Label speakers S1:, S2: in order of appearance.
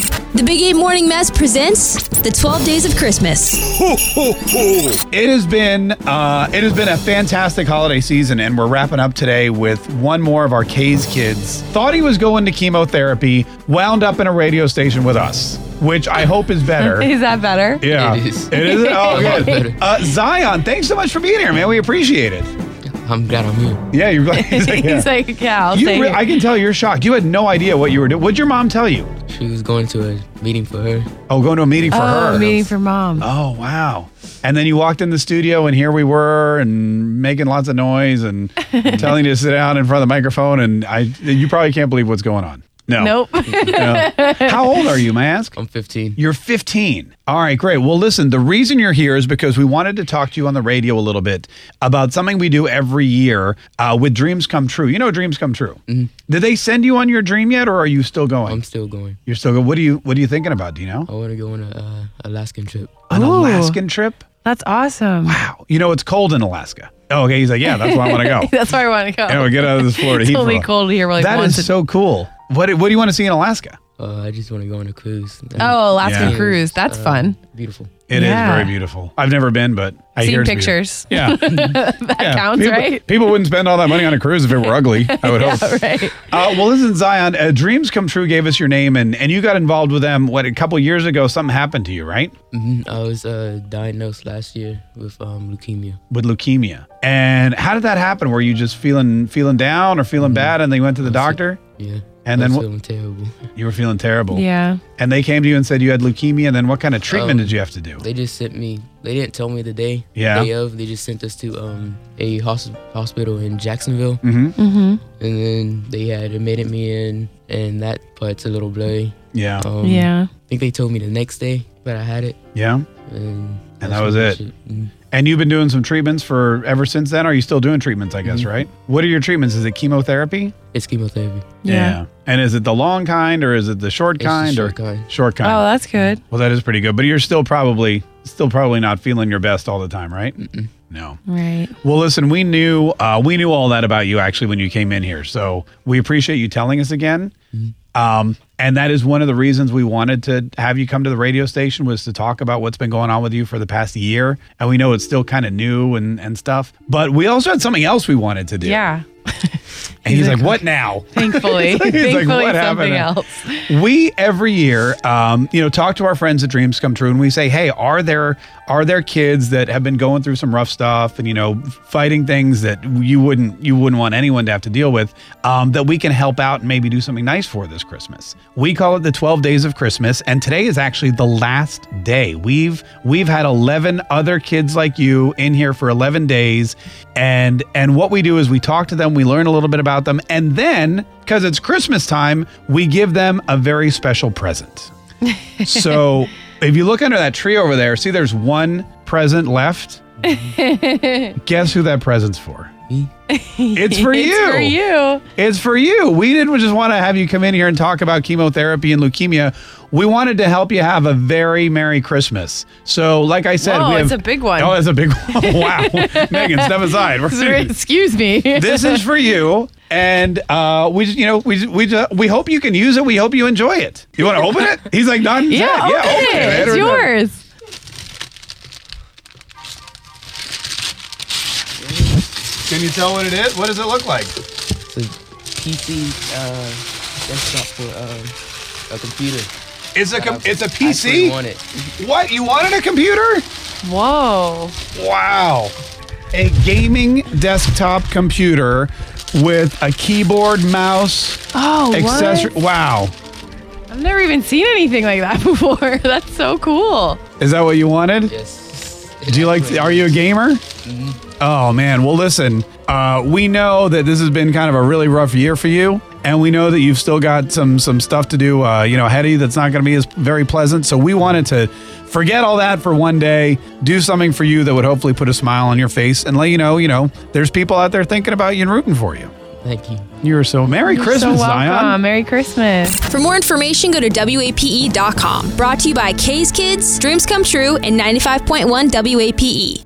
S1: The Big 8 Morning Mass presents The 12 Days of Christmas.
S2: It has been uh, it has been a fantastic holiday season, and we're wrapping up today with one more of our K's kids. Thought he was going to chemotherapy, wound up in a radio station with us, which I hope is better.
S3: Is that better?
S2: Yeah,
S4: It is.
S2: It is. Oh,
S4: A lot
S2: good.
S4: better.
S2: Uh, Zion, thanks so much for being here, man. We appreciate it.
S4: I'm glad I'm here.
S2: Yeah, you're glad. He's like, yeah.
S3: He's like, yeah, I'll
S2: You
S3: take
S2: re-
S3: it.
S2: I can tell you're shocked. You had no idea what you were doing. What'd your mom tell you?
S4: She was going to a meeting for her.
S2: Oh, going to a meeting for
S3: oh,
S2: her.
S3: meeting for mom.
S2: Oh wow! And then you walked in the studio, and here we were, and making lots of noise, and telling you to sit down in front of the microphone, and I, you probably can't believe what's going on. No,
S3: Nope.
S2: No. How old are you, may I ask?
S4: I'm 15.
S2: You're 15. All right, great. Well, listen, the reason you're here is because we wanted to talk to you on the radio a little bit about something we do every year uh, with Dreams Come True. You know, Dreams Come True. Did they send you on your dream yet, or are you still going?
S4: I'm still going.
S2: you're still going. What are you What are you thinking about? Do you know?
S4: I want to go on a uh, Alaskan trip.
S2: An
S3: Ooh.
S2: Alaskan trip.
S3: That's awesome.
S2: Wow. You know, it's cold in Alaska. Oh, okay. He's like, yeah, that's where I want to go.
S3: That's where I want to go.
S2: yeah, we get out of this Florida
S3: it's
S2: heat.
S3: only
S2: for a-
S3: cold here. We're like
S2: that
S3: once
S2: is so cool. What, do- what do you want to see in Alaska?
S4: Uh, I just want to go on a cruise.
S3: a- oh, Alaskan
S2: Yeah.
S3: cruise. That's
S4: Uh,
S3: fun.
S4: Beautiful.
S2: It is
S3: Yeah.
S2: very beautiful. I've never been, but I
S3: Seen
S2: hear it's beautiful.
S3: pictures.
S2: Yeah. that
S3: counts,
S2: people,
S3: right?
S2: People wouldn't spend all that money on a cruise if it were ugly, I would hope.
S3: right.
S2: Uh, well, listen, Zion, uh, Dreams Come True gave us your name, and, and you got involved with them, what, a couple years ago, something happened to you, right?
S4: hmm I was uh, diagnosed last year with um, leukemia.
S2: With leukemia. And how did that happen? Were you just feeling feeling down or
S3: Mm-hmm.
S2: feeling bad, and then you went to the doctor?
S4: Yeah.
S2: And
S4: I
S2: then
S4: was
S2: what-
S4: feeling terrible.
S2: You were feeling terrible.
S3: Yeah.
S2: and they came to you and said you had leukemia and then what kind of treatment
S4: Um,
S2: did you have to do
S4: They just sent me. They didn't tell me the day.
S2: Yeah.
S4: Day of. They just sent us to um, a hos- hospital in Jacksonville,
S3: Mm.
S2: mm-hmm.
S4: and then they had admitted me in, and that part's a little blurry.
S2: yeah
S4: Um,
S3: Yeah.
S4: I think they told me the next day that I had it,
S2: yeah
S4: and,
S2: And
S4: Um, that's
S2: that was
S4: when I
S2: it.
S4: should- mm.
S2: and you've been doing some treatments for ever since then are you still doing treatments i guess
S3: Mm-hmm.
S2: right what are your treatments is it chemotherapy
S4: It's chemotherapy.
S3: Yeah.
S2: and is it the long kind or is it the short
S4: It's the
S2: kind
S4: short
S2: or
S4: kind.
S2: short kind
S3: Oh, that's good.
S2: well that is pretty good but you're still probably still probably not feeling your best all the time right no
S3: Right.
S2: Well, listen, we knew uh, we knew all that about you actually when you came in here, so we appreciate you telling us again. Um, and that is one of the reasons we wanted to have you come to the radio station was to talk about what's been going on with you for the past year. And we know it's still kind of new and and stuff, but we also had something else we wanted to do.
S3: Yeah.
S2: and he's like, "What now?"
S3: Thankfully.
S2: He's like,
S3: Thankfully,
S2: "What
S3: something
S2: happened?"
S3: else.
S2: we every year um, you know talk to our friends at dreams come true and we say hey are there are there kids that have been going through some rough stuff and you know fighting things that you wouldn't you wouldn't want anyone to have to deal with um, that we can help out and maybe do something nice for this christmas we call it the 12 days of christmas and today is actually the last day we've we've had 11 other kids like you in here for 11 days and and what we do is we talk to them we learn a little bit about them and then because it's Christmas time, we give them a very special present. so if you look under that tree over there, see there's one present left. Guess who that present's for?
S4: Me?
S2: It's for you.
S3: It's for you.
S2: It's for you. We didn't just want to have you come in here and talk about chemotherapy and leukemia. We wanted to help you have a very Merry Christmas. So, like I said,
S3: Whoa,
S2: we have,
S3: it's a big one.
S2: Oh, that's a big one. wow. Megan, step aside. We're
S3: Excuse me.
S2: this is for you. And uh, we, just- you know, we just- we just, we hope you can use it. We hope you enjoy it. You want to open it? He's like, not
S3: yeah,
S2: yeah,
S3: open
S2: yeah,
S3: it.
S2: man.
S3: It's yours.
S2: Can you tell what it is? What does it look like?
S4: It's a PC uh, desktop for um, a computer.
S2: It's a com-
S4: I've
S2: it's a
S4: actually
S2: PC.
S4: want it.
S2: What you wanted a computer?
S3: Whoa.
S2: Wow, a gaming desktop computer with a keyboard, mouse,
S3: Oh,
S2: accessory. Wow,
S3: I've never even seen anything like that before. That's so cool.
S2: is that what you wanted?
S4: Yes.
S2: Do you like? Are you a gamer? Oh man. Well, listen. Uh, we know that this has been kind of a really rough year for you, and we know that you've still got some some stuff to do. Uh, you know, ahead of you that's not going to be as very pleasant. So we wanted to forget all that for one day, do something for you that would hopefully put a smile on your face, and let you know, you know, there's people out there thinking about you and rooting for you.
S4: Thank you.
S2: You're so Merry
S3: so
S2: Christmas,
S3: welcome.
S2: Zion.
S3: Merry Christmas.
S1: For more information, go to E WAPE.com. Brought to you by K's Kids, Dreams Come True, and 95.1 WAPE.